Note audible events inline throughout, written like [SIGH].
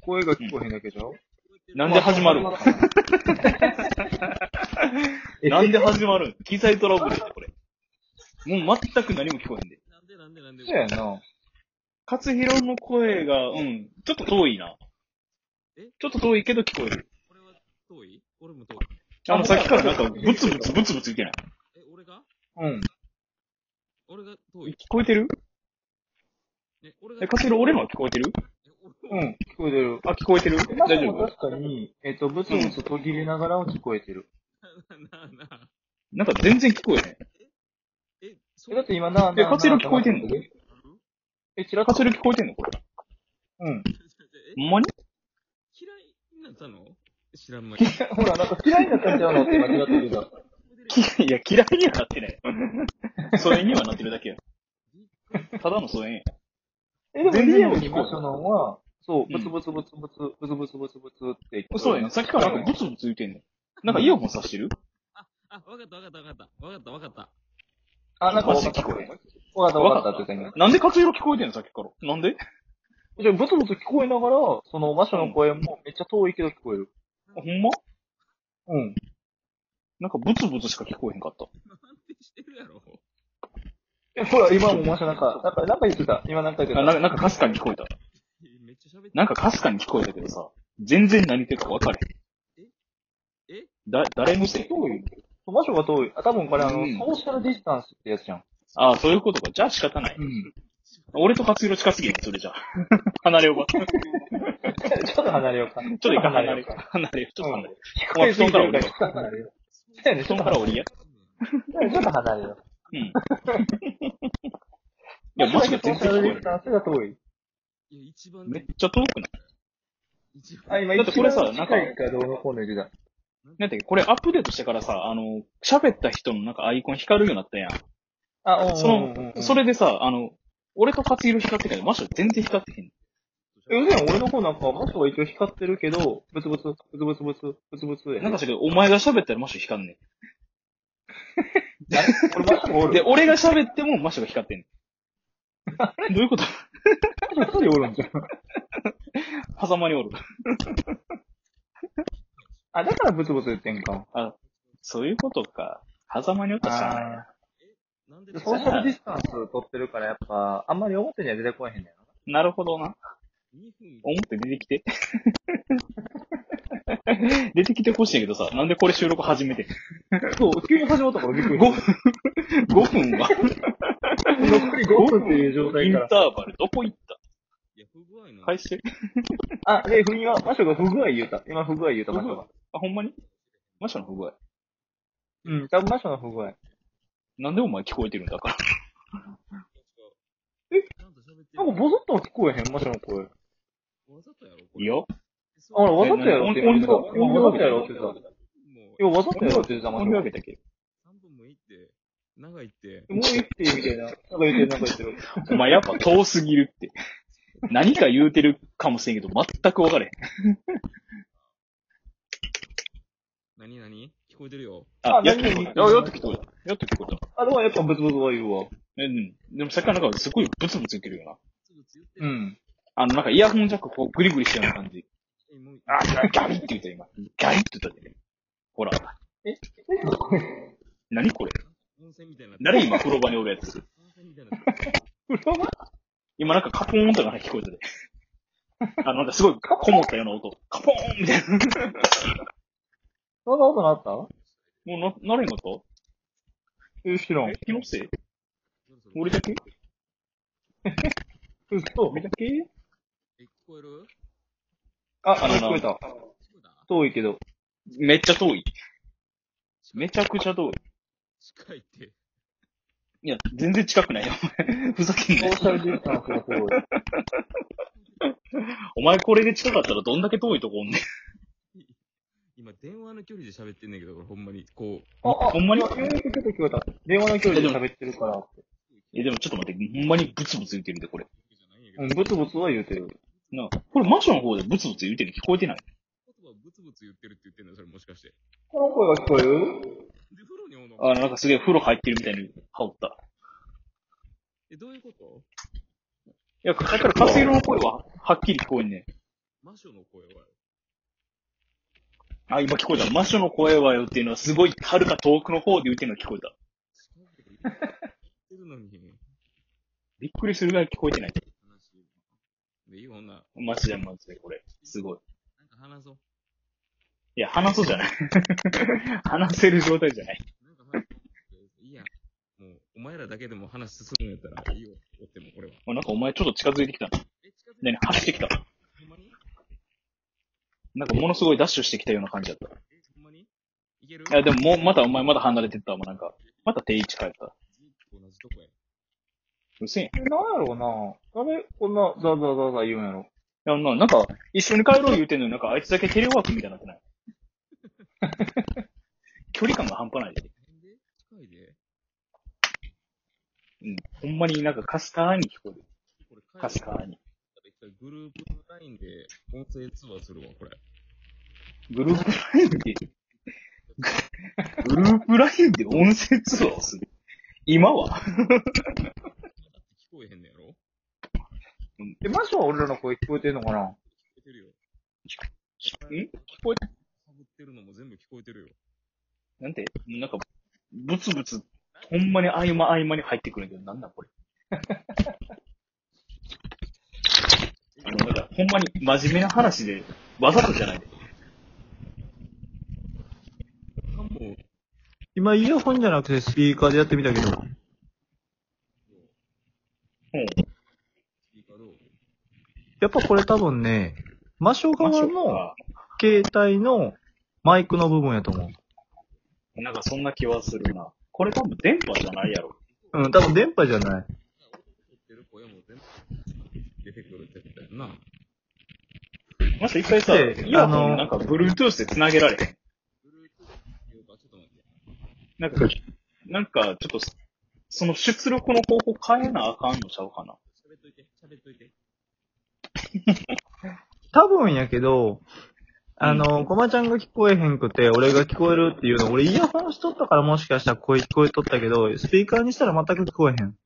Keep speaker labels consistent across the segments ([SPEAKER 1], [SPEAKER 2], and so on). [SPEAKER 1] 声が聞こえへんだけじゃん、
[SPEAKER 2] なんで始まるん
[SPEAKER 1] え
[SPEAKER 2] なんで始まるん機材トラブルやで、これ。もう全く何も聞こえへんで。
[SPEAKER 3] なんでなんでなんで
[SPEAKER 1] そうやな。
[SPEAKER 2] 勝弘の声が、うん、ちょっと遠いな
[SPEAKER 3] え。
[SPEAKER 2] ちょっと遠いけど聞こえる。
[SPEAKER 3] これは遠い俺も遠い。
[SPEAKER 2] あの、さっきからなんか、ブツブツブツブツ言ってない。
[SPEAKER 3] え、俺が
[SPEAKER 1] うん。
[SPEAKER 3] 俺が遠
[SPEAKER 2] 聞
[SPEAKER 3] い。
[SPEAKER 2] こえてる
[SPEAKER 3] え、俺が
[SPEAKER 2] え、勝弘俺のは聞こえてる
[SPEAKER 3] え俺
[SPEAKER 1] うん、聞こえてる。
[SPEAKER 2] あ、聞こえてる
[SPEAKER 1] 今
[SPEAKER 2] 大丈
[SPEAKER 1] のも
[SPEAKER 2] 夫
[SPEAKER 1] 確かに、えっ、と、ブツブツ途切れながらは聞こえてる。
[SPEAKER 3] [LAUGHS] なあなあ。
[SPEAKER 2] なんか全然聞こえへん。
[SPEAKER 3] え、そ
[SPEAKER 1] え、だって今な、
[SPEAKER 2] え、
[SPEAKER 1] な、
[SPEAKER 2] 勝弘聞こえてんの
[SPEAKER 1] なえ、ちらか
[SPEAKER 2] 勝弘聞こえてんのこれ。
[SPEAKER 1] うん。
[SPEAKER 3] え、
[SPEAKER 2] ほんまに
[SPEAKER 3] 嫌いになったの知らんま
[SPEAKER 1] [LAUGHS]
[SPEAKER 3] に。
[SPEAKER 1] ほら、なんか嫌いになったんちゃうのって間違ってるけど。
[SPEAKER 2] きいや、嫌いにはなってない。 [LAUGHS] 疎遠にはなってるだけや。ただの疎遠や。
[SPEAKER 1] え、でも
[SPEAKER 2] 全
[SPEAKER 1] リ
[SPEAKER 2] 然
[SPEAKER 1] ア
[SPEAKER 2] もう
[SPEAKER 1] ルに
[SPEAKER 2] 聞こえる
[SPEAKER 1] マシュノンは、そう、
[SPEAKER 2] うん
[SPEAKER 1] ブツブツブツブツ、ブツブツブツブツって言って
[SPEAKER 2] そうやな。さっきからなんかブツブツ言ってんの。なんかイヤホンさしてる
[SPEAKER 3] あ、わかったわかったわかった。わかったわかった。
[SPEAKER 1] あ、なんか分かった。
[SPEAKER 2] 聞
[SPEAKER 1] 分
[SPEAKER 2] こ
[SPEAKER 1] か
[SPEAKER 2] えへん。
[SPEAKER 1] った分かったって言ったんや。
[SPEAKER 2] なんで勝弘聞こえてんのさっきから。なんで
[SPEAKER 1] じゃあブツブツ聞こえながら、そのマシュの声もめっちゃ遠いけど聞こえる。
[SPEAKER 2] あほんま
[SPEAKER 1] うん。
[SPEAKER 2] なんかブツブツしか聞こえへんかった。
[SPEAKER 3] 安定してるやろ。
[SPEAKER 1] え、ほら、今もマシュなんか、なんか、なんか言ってた。今なんか言って
[SPEAKER 2] あ
[SPEAKER 1] た。
[SPEAKER 2] ななんかかすかに聞こえた。
[SPEAKER 3] えめっちゃ喋って
[SPEAKER 2] なんかかすかに聞こえたけどさ、全然何言ってるか分かれへん。
[SPEAKER 3] え
[SPEAKER 2] だ、誰のせい
[SPEAKER 1] 遠い。マシュが遠い。あ、多分これあの、
[SPEAKER 2] うん
[SPEAKER 1] ソーシャルディスタンスってやつじゃん。
[SPEAKER 2] ああ、そういうことか。じゃあ仕方ない。
[SPEAKER 1] うん。
[SPEAKER 2] 俺と勝弘近すぎるそれじゃあ。 [LAUGHS] 離れようか。ちょっ
[SPEAKER 1] ちょっと離れ
[SPEAKER 2] [LAUGHS]
[SPEAKER 1] ようか。ちょっ
[SPEAKER 2] と一回離れようか。離れよう。ちょっと離れよう。
[SPEAKER 1] 聞こえすぎてるから、ちょっと離れよう。
[SPEAKER 2] 布団から降りや。
[SPEAKER 1] う。ちょっと離れよう。
[SPEAKER 2] うん。いや、マジで
[SPEAKER 1] ソー
[SPEAKER 2] 全
[SPEAKER 1] シャ
[SPEAKER 2] 然
[SPEAKER 1] ルデ
[SPEAKER 2] 聞こえ
[SPEAKER 1] ィス
[SPEAKER 2] ない。
[SPEAKER 1] タンスが遠い。
[SPEAKER 3] いや、一番
[SPEAKER 2] めっちゃ遠くない。
[SPEAKER 3] 一番
[SPEAKER 1] あ、今
[SPEAKER 2] だってこれさ
[SPEAKER 1] 一番近いかどうのこうの言ってた。
[SPEAKER 2] なんだっけ、これアップデートしてからさ、あの、喋った人のなんかアイコン光るようになったやん。
[SPEAKER 1] あ、うんうん
[SPEAKER 2] そ
[SPEAKER 1] うんう
[SPEAKER 2] の、
[SPEAKER 1] ん
[SPEAKER 2] そ、れでさ、あの、俺と勝弘光ってたけど、マシュ全然光ってへん。
[SPEAKER 1] え、うやん、俺の方なんか、マスが一応光ってるけど、ブツブツ、ブツブツブツ、ブツブツや。
[SPEAKER 2] なんかしたけど、お前が喋ったらマシュ光んね
[SPEAKER 1] あれ、俺マスがお
[SPEAKER 2] ん。
[SPEAKER 1] る。
[SPEAKER 2] で、
[SPEAKER 1] で、
[SPEAKER 2] 俺が喋ってもマシュが光 [LAUGHS] ってんねん。どういうこと
[SPEAKER 1] マスが一人おるんじゃん。
[SPEAKER 2] 狭間におる。
[SPEAKER 1] あ、だからブツブツ言ってん
[SPEAKER 2] [LAUGHS]
[SPEAKER 1] か。
[SPEAKER 2] そういうことか。狭間におったらしゃあないな。
[SPEAKER 3] なんで
[SPEAKER 1] でソーシャルディスタンス取ってるから、やっぱ、あんまり表には出てこえへんねん
[SPEAKER 2] なるほどな。
[SPEAKER 3] 2分
[SPEAKER 2] 思って出てきて。 [LAUGHS] 出てきてほしいんやけどさ、なんでこれ収録始めて。
[SPEAKER 1] な。そう、急に始まったからびっく
[SPEAKER 2] 5
[SPEAKER 1] り。
[SPEAKER 2] 分、5分は
[SPEAKER 1] 残り5分っていう状
[SPEAKER 2] イ
[SPEAKER 1] 態
[SPEAKER 2] ン
[SPEAKER 1] から。
[SPEAKER 2] ターバルどこ行った
[SPEAKER 3] いや、不具合の。
[SPEAKER 2] 返して。
[SPEAKER 1] あ、で、ふみは、マシュが不具合言うた。今不具合言うた、マシュが。
[SPEAKER 2] あ、ほんまにマシュの不具合。
[SPEAKER 1] うん、多分マシュの不具合。
[SPEAKER 2] なんでお前聞こえてるんだから。
[SPEAKER 3] えなんと喋って
[SPEAKER 1] なんか
[SPEAKER 3] る。
[SPEAKER 1] ボソッとは聞こえへん、マシュの声。
[SPEAKER 3] わざとやろこ
[SPEAKER 2] い
[SPEAKER 3] れ。
[SPEAKER 2] や。
[SPEAKER 1] あ、
[SPEAKER 3] そう
[SPEAKER 1] わざとやろって言ってた。
[SPEAKER 2] 音量
[SPEAKER 1] わざとやろって言って
[SPEAKER 3] も
[SPEAKER 1] た。いや、わざとやろって言ってた、マシュ
[SPEAKER 2] 音量
[SPEAKER 1] が
[SPEAKER 2] 上。げたっけ
[SPEAKER 3] 3分もいいって、長いって、
[SPEAKER 1] もう一ってみたいな。なんか言ってる、なんか言ってる。
[SPEAKER 2] お前やっぱ遠すぎるって。何か言うてるかもしれんけど、全く分かれへん。
[SPEAKER 3] なになに聞こえてるよ。
[SPEAKER 2] あ
[SPEAKER 1] あ、
[SPEAKER 2] やっと聞
[SPEAKER 1] 何々
[SPEAKER 2] こえた。あやっと聞こえた。やっと聞こえた。
[SPEAKER 1] あれはやっぱブツブツは言うわ。
[SPEAKER 2] うん。でもさっきからなんかすごいブツブツ言ってるよな。
[SPEAKER 3] すぐ強って
[SPEAKER 1] う
[SPEAKER 3] る。
[SPEAKER 1] ん。
[SPEAKER 2] あの、なんかイヤホンジャックこうグリグリしたような感じ。
[SPEAKER 3] え、もう、
[SPEAKER 2] あ、ガリって言った今。ガリって言ったで。ほら。何これ
[SPEAKER 3] 温泉みたいになってる。
[SPEAKER 2] 誰今風呂場におるやつ。
[SPEAKER 3] 温泉みたいになってる。
[SPEAKER 2] 今なんかカポーンとかなんか聞こえたで。あの、なんかすごいこもったような音。カポーンみたいな。
[SPEAKER 1] そんなことなった
[SPEAKER 2] もうな、なれんかった
[SPEAKER 1] え、知らん
[SPEAKER 2] え。気のせい
[SPEAKER 3] 俺
[SPEAKER 2] 俺だけ
[SPEAKER 1] 嘘
[SPEAKER 2] 俺だけ
[SPEAKER 3] え、聞こえる
[SPEAKER 1] あ、
[SPEAKER 2] あのな
[SPEAKER 1] 聞こえた。
[SPEAKER 3] 聞こえた
[SPEAKER 1] 遠いけど。
[SPEAKER 2] めっちゃ遠い。めちゃくちゃ遠い。
[SPEAKER 3] 近いって。
[SPEAKER 2] いや、全然近くないよ、お前。ふざけん
[SPEAKER 1] ソ
[SPEAKER 2] な
[SPEAKER 1] ー
[SPEAKER 2] よ。
[SPEAKER 1] シャルディスタンスがすごい。
[SPEAKER 2] お前これで近かったらどんだけ遠いとこおんねん。
[SPEAKER 3] 今、電話の距離で喋ってんねんけど、俺ほんまに、こう、
[SPEAKER 1] あ、あ
[SPEAKER 2] ほんまに
[SPEAKER 1] 今今ちょっと聞こえた。電話の距離で喋ってるから。
[SPEAKER 2] え、でもちょっと待って、ほんまにブツブツ言ってるで、これ。
[SPEAKER 3] じゃないんやけ
[SPEAKER 1] う
[SPEAKER 3] ど、
[SPEAKER 1] ん、ブツブツは言うてる。
[SPEAKER 2] なあこれマンションの方でブツブツ言ってるの聞こえてない
[SPEAKER 3] 言葉ブツブツ言ってるって言ってんのそれもしかして。
[SPEAKER 1] この声が聞こえる
[SPEAKER 3] で、風呂におんの
[SPEAKER 2] あ、なんかすげえ風呂入ってるみたいに羽織った。
[SPEAKER 3] え、どういうこと
[SPEAKER 2] いや、だから、カスイロの声ははっきり聞こえんね
[SPEAKER 3] 魔女の声
[SPEAKER 1] [LAUGHS]
[SPEAKER 3] は、
[SPEAKER 2] あ、今聞こえた。魔女の声はよっていうのはすごい遥か遠くの方で言ってるのが聞こえた。
[SPEAKER 3] 近くで言ってるのに、
[SPEAKER 2] びっくりするぐらい聞こえてない。
[SPEAKER 3] 話。で、いいよほんなら
[SPEAKER 2] マジでマジでこれ。すごい。
[SPEAKER 3] なんか話そう。
[SPEAKER 2] いや、話そうじゃない。 [LAUGHS] 話せる状態じゃない。
[SPEAKER 3] なんか話そう。いいやん。もう、お前らだけでも話進むんやったら、いいよ。おっても、これは。
[SPEAKER 2] あなんかお前ちょっと近づいてきたな。
[SPEAKER 3] え、近づいて
[SPEAKER 2] ね、走ってきた。
[SPEAKER 3] ほんまに
[SPEAKER 2] なんかものすごいダッシュしてきたような感じだった。
[SPEAKER 3] え、ほんまにいける
[SPEAKER 2] いや、でももう、またお前まだ離れてったわ、もうなんか。また定位置変えた。
[SPEAKER 3] ずっと同じとこや。
[SPEAKER 2] うるせえんや。
[SPEAKER 1] なんやろうな誰こんなザザザザ言うんやろ。
[SPEAKER 2] いや、ななんか、一緒に帰ろう言うてんのになんかあいつだけテレワークみたいになってない。 [LAUGHS] 距離感が半端ないで。
[SPEAKER 3] なんで近いで
[SPEAKER 2] うん。ほんまになんかかすかーに聞こえる。
[SPEAKER 3] これ、
[SPEAKER 2] かすかーに。
[SPEAKER 3] グループの LINE で音声通話するわ、これ。
[SPEAKER 2] グループラインで、グループラインで音声通話をする。今は
[SPEAKER 3] 聞こえへんのやろ
[SPEAKER 1] え、マシは俺らの声聞こえてんのかな
[SPEAKER 3] 聞こえてるよ。
[SPEAKER 2] ん聞こえ
[SPEAKER 3] かぶってるのも全部聞こえてるよ。
[SPEAKER 2] なんて、なんか、ブツブツ、ほんまに合間合間に入ってくるんだけど、なんだこれ。 [LAUGHS] あの、なんか、ほんまに真面目な話で、わざとじゃないで。
[SPEAKER 3] あもう、
[SPEAKER 1] 今、イヤホンじゃなくてスピーカーでやってみたけど。
[SPEAKER 2] うん。
[SPEAKER 3] スピーカーどう
[SPEAKER 1] やっぱこれ多分ね、マショ側の
[SPEAKER 2] か
[SPEAKER 1] 携帯のマイクの部分やと思う。
[SPEAKER 2] なんかそんな気はするな。これ多分電波じゃないやろ。
[SPEAKER 1] うん、多分電波じゃない。
[SPEAKER 3] 撮ってる声も全部出てくるってことやんな。
[SPEAKER 2] まず一回さ、
[SPEAKER 1] ええ
[SPEAKER 2] イヤホ
[SPEAKER 1] あの
[SPEAKER 2] ンなんか Bluetooth で繋げられへん。
[SPEAKER 3] Bluetooth 言うか、ちょっと待って。
[SPEAKER 2] なんか、なんかちょっと、その出力の方法変えなあかんのちゃうかな。
[SPEAKER 3] 喋っといて、喋っといて。
[SPEAKER 1] 多分やけど、あの、コマちゃんが聞こえへんくて、俺が聞こえるっていうの、俺イヤホンしとったからもしかしたら声聞こえとったけど、スピーカーにしたら全く聞こえへん。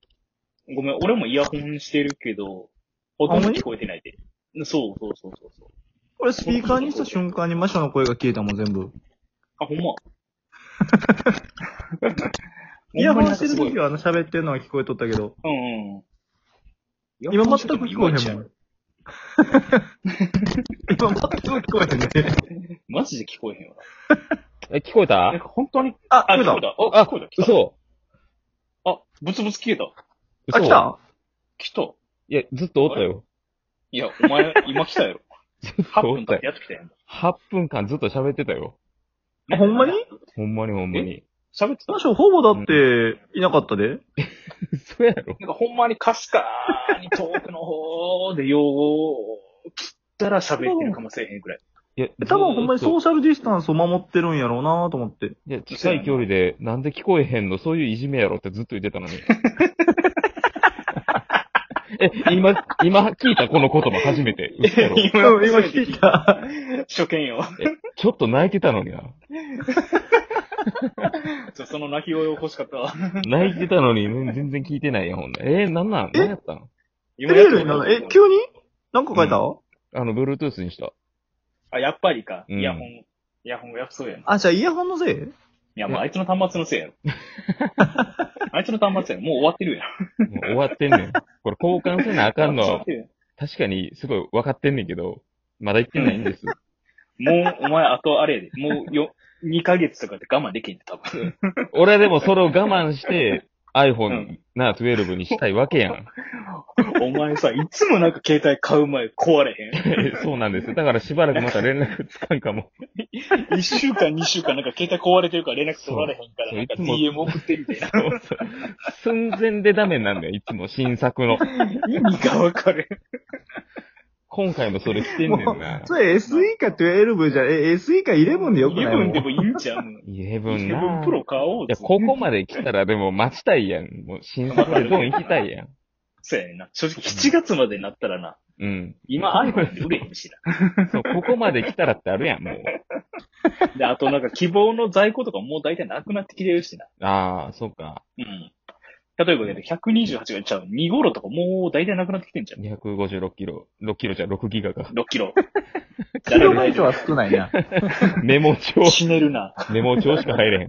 [SPEAKER 2] ごめん、俺もイヤホンしてるけど、ほとんど聞こえてないで。そうそうそうそうそう。
[SPEAKER 1] 俺スピーカーにした瞬間にマショの声が消えたもん、全部。
[SPEAKER 2] あ、ほ
[SPEAKER 1] [LAUGHS]
[SPEAKER 2] んま。
[SPEAKER 1] イヤホンしてる
[SPEAKER 2] ほんまになんかすごい
[SPEAKER 1] 時はあの喋ってるのは聞こえとったけど、
[SPEAKER 2] うんうん。
[SPEAKER 1] 今全く聞こえへんもん。今全く聞こえへんね。
[SPEAKER 2] マジで聞こえへんわ。
[SPEAKER 4] え、聞こえ
[SPEAKER 2] なん
[SPEAKER 4] た
[SPEAKER 2] か本当に、
[SPEAKER 1] あ、
[SPEAKER 2] あ、
[SPEAKER 1] 来
[SPEAKER 2] 聞こ
[SPEAKER 1] た
[SPEAKER 2] え。た。あ、
[SPEAKER 4] あ
[SPEAKER 2] 聞こえた。来た。
[SPEAKER 4] 嘘
[SPEAKER 2] あ、ブツブツ消えた。
[SPEAKER 4] 嘘
[SPEAKER 1] あ、来た
[SPEAKER 2] 来た。
[SPEAKER 4] いや、ずっとおったよ。
[SPEAKER 2] いや、お前、今来たやろ。8分経ってやっと来たやん。
[SPEAKER 4] 8分間ずっと喋ってたよ。
[SPEAKER 1] あほんまに
[SPEAKER 4] ほんまにほんまに。
[SPEAKER 2] 喋ってた
[SPEAKER 1] マショほぼだって、いなかったで。
[SPEAKER 4] 嘘やろ
[SPEAKER 2] なんかほんまにかすかに遠くの方で用語を切ったら喋ってるかもしれへんくらい。
[SPEAKER 4] いや、
[SPEAKER 1] 多分ほんまに
[SPEAKER 4] ずっと
[SPEAKER 1] ソーシャルディスタンスを守ってるんやろうなと思
[SPEAKER 4] [LAUGHS]
[SPEAKER 1] って。
[SPEAKER 4] いや、近い距離で、なんで聞こえへんのそういういじめやろってずっと言ってたのに。え、今、今聞いたこの言葉初めて。嘘やろ
[SPEAKER 1] うん、今聞いた。
[SPEAKER 2] 初見よ。
[SPEAKER 4] ちょっと泣いてたのにな。
[SPEAKER 2] ちょその泣き声欲しかったわ。
[SPEAKER 4] 泣いてたのに、全然聞いてないやん、ほんならえーなんなん
[SPEAKER 1] え
[SPEAKER 4] 何やったん
[SPEAKER 1] え、
[SPEAKER 2] 今
[SPEAKER 1] レ
[SPEAKER 2] や
[SPEAKER 1] ー
[SPEAKER 2] っと
[SPEAKER 1] ルになるえ、急になんか書いた、
[SPEAKER 4] あの、Bluetooth にした。
[SPEAKER 2] あ、やっぱりか。
[SPEAKER 4] うん
[SPEAKER 2] イヤホン、イヤホンがやっぱそうやな。い
[SPEAKER 1] あ、じゃあイヤホンのせい
[SPEAKER 2] や、もうあいつの端末のせいやろ。あいつの端末やろ。もう終わってるやん。
[SPEAKER 4] もう終わってんねん。これ交換せなあかんの
[SPEAKER 2] 終わ
[SPEAKER 4] は
[SPEAKER 2] っ、てる
[SPEAKER 4] 確かにすごい分かってんねんけど、まだ言ってないんです。 [LAUGHS]
[SPEAKER 2] やんもう、お前、あとあれやで。もう、よ、2ヶ月とかで我慢できんで、多分。
[SPEAKER 4] 俺でもそれを我慢して
[SPEAKER 2] う
[SPEAKER 4] iPhone
[SPEAKER 2] ん
[SPEAKER 4] な12にしたいわけやん。 [LAUGHS]
[SPEAKER 2] お前さ、いつもなんか携帯買う前壊れへん。
[SPEAKER 4] そうなんですよ。だからしばらくまた連絡つかんかも。 [LAUGHS]
[SPEAKER 2] 1週間、2週間、なんか携帯壊れてるから連絡取られへんから、
[SPEAKER 4] そう
[SPEAKER 2] なんか
[SPEAKER 4] そうい
[SPEAKER 2] DM 送ってみたいな。
[SPEAKER 4] そうそう寸前でダメなんだよ、いつも新作の。
[SPEAKER 2] 意味がわかる。
[SPEAKER 4] 今回もそれ来てんねんな。
[SPEAKER 1] それ SE か12じゃ、え、SE か11でよくない
[SPEAKER 2] 分で
[SPEAKER 1] も
[SPEAKER 2] もいいんちゃう
[SPEAKER 4] イエブンな。
[SPEAKER 2] 分プロ
[SPEAKER 4] い
[SPEAKER 2] 買おう
[SPEAKER 4] や、ここまで来たらでも待ちたいやん。もう新作でドン行きたいやん。
[SPEAKER 2] そうやねんな。正直、7月までになったらな、
[SPEAKER 4] うん。
[SPEAKER 2] 今 iPhone で売れへんし
[SPEAKER 4] そう、ここまで来たらってあるやん、もう。
[SPEAKER 2] な。で、あとなんか希望の在庫とかもう大体なくなってきてるしな。
[SPEAKER 4] ああ、そうか。
[SPEAKER 2] うん。例えばね、128がちゃう。2頃とかもう大体なくなってきてんじゃん。
[SPEAKER 4] 256キロ。6キロじゃ6ギガが。
[SPEAKER 2] 6キロ。
[SPEAKER 1] キロバイトは少ないな。
[SPEAKER 4] メモ帳、
[SPEAKER 2] 死ねるな。
[SPEAKER 4] メモ帳しか入れへん。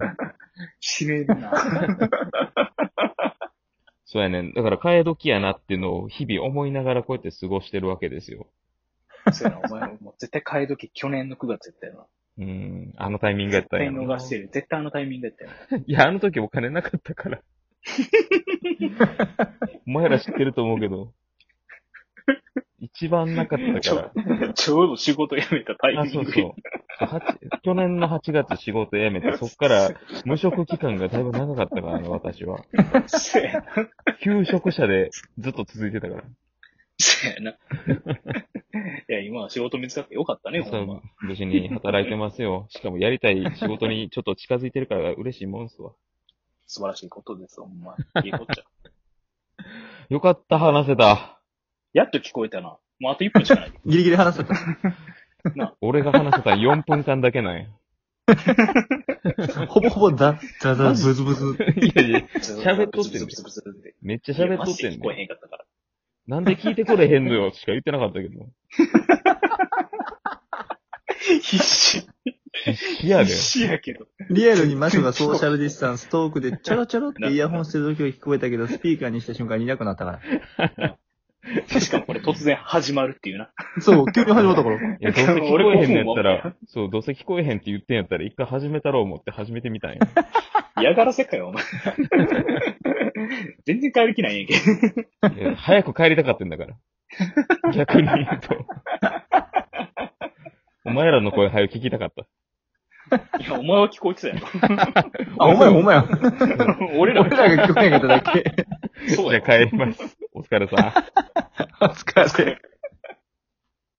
[SPEAKER 2] 死ねるな。
[SPEAKER 4] そうやねん。だから替え時やなっていうのを日々思いながらこうやって過ごしてるわけですよ。
[SPEAKER 2] [LAUGHS] そうやな、お前もう絶対買い時、去年の9月やったよな。
[SPEAKER 4] うん。あのタイミングやっ
[SPEAKER 2] 絶
[SPEAKER 4] たん
[SPEAKER 2] 対
[SPEAKER 4] やろな
[SPEAKER 2] 逃してる。絶対あのタイミングやったよな。
[SPEAKER 4] いや、あの時お金なかった
[SPEAKER 2] [LAUGHS]
[SPEAKER 4] から。お前ら知ってると思うけど。一番なかった
[SPEAKER 2] ち
[SPEAKER 4] か
[SPEAKER 2] ょ
[SPEAKER 4] [LAUGHS]
[SPEAKER 2] ちょうど仕事辞めたタイ
[SPEAKER 4] ら。あ、
[SPEAKER 2] ミ
[SPEAKER 4] そ
[SPEAKER 2] ン
[SPEAKER 4] う
[SPEAKER 2] グ
[SPEAKER 4] そう。はち去年の8月仕事辞
[SPEAKER 2] [LAUGHS]
[SPEAKER 4] めて、そっから無職期間がだいぶ長かったからね、私は。
[SPEAKER 2] そうやな。
[SPEAKER 4] 休職者でずっと続いてたから。
[SPEAKER 2] そうやな。 [LAUGHS] いや、今は仕事見つかってよかったね、ほ
[SPEAKER 4] そ
[SPEAKER 2] んま
[SPEAKER 4] う。、無事に働いてますよ。 [LAUGHS] しかもやりたい仕事にちょっと近づいてるから嬉しいもんっすわ。
[SPEAKER 2] 素晴らしいことです、ほんま。いいこっちゃ。 [LAUGHS]
[SPEAKER 4] よかった、話せた。
[SPEAKER 2] やっと聞こえたな。もうあと1分し
[SPEAKER 4] [LAUGHS]
[SPEAKER 2] かない。
[SPEAKER 1] ギリギリ話 [LAUGHS] せた。
[SPEAKER 4] 俺が話せた4分間だ
[SPEAKER 2] [LAUGHS]
[SPEAKER 4] けなんや。
[SPEAKER 1] ほぼほぼザ、ザザ、ブズブズ。
[SPEAKER 4] いやいや、
[SPEAKER 2] 喋
[SPEAKER 4] っとってん
[SPEAKER 2] ブツブツ
[SPEAKER 4] ね
[SPEAKER 2] ブツブツブツって
[SPEAKER 4] めっちゃ喋っと
[SPEAKER 2] いやマ
[SPEAKER 4] ってんね
[SPEAKER 2] ジで聞こえへんかったから。
[SPEAKER 4] なんで聞いてくれへんのよしか言ってなかったけど。
[SPEAKER 2] 必死。
[SPEAKER 4] いやで
[SPEAKER 2] 必。死や
[SPEAKER 4] [LAUGHS]
[SPEAKER 2] けど。
[SPEAKER 1] リアルに魔女がソーシャルディスタンス、トークでチャラチャラってイヤホンしてる時は聞こえたけど、スピーカーにした瞬間にいなくなったか
[SPEAKER 2] しかもこれ突然始まるっていうな。
[SPEAKER 1] ら。そう、急に始まったから。 [LAUGHS]
[SPEAKER 4] いや、どうせ聞こえへんのやったら、そう、どうせ聞こえへんって言ってんやったら、一回始めたろう思って始めてみたんや。
[SPEAKER 2] 嫌がらせかよ、お前。 [LAUGHS] 全然帰る気ないんやけど。
[SPEAKER 4] いや早く帰りたかったんだから。逆に言う
[SPEAKER 2] [LAUGHS]
[SPEAKER 4] と。お前らの声早く聞きたかった。
[SPEAKER 2] いや、お前は聞こえてたや
[SPEAKER 4] [LAUGHS]
[SPEAKER 2] ろ。
[SPEAKER 1] あ、お前お前や。
[SPEAKER 2] 俺ら
[SPEAKER 1] 俺ら [LAUGHS] が聞こえなかっただけ。
[SPEAKER 2] そう
[SPEAKER 4] じゃ
[SPEAKER 2] や
[SPEAKER 4] あ帰ります。お疲れさん。
[SPEAKER 1] お疲れ。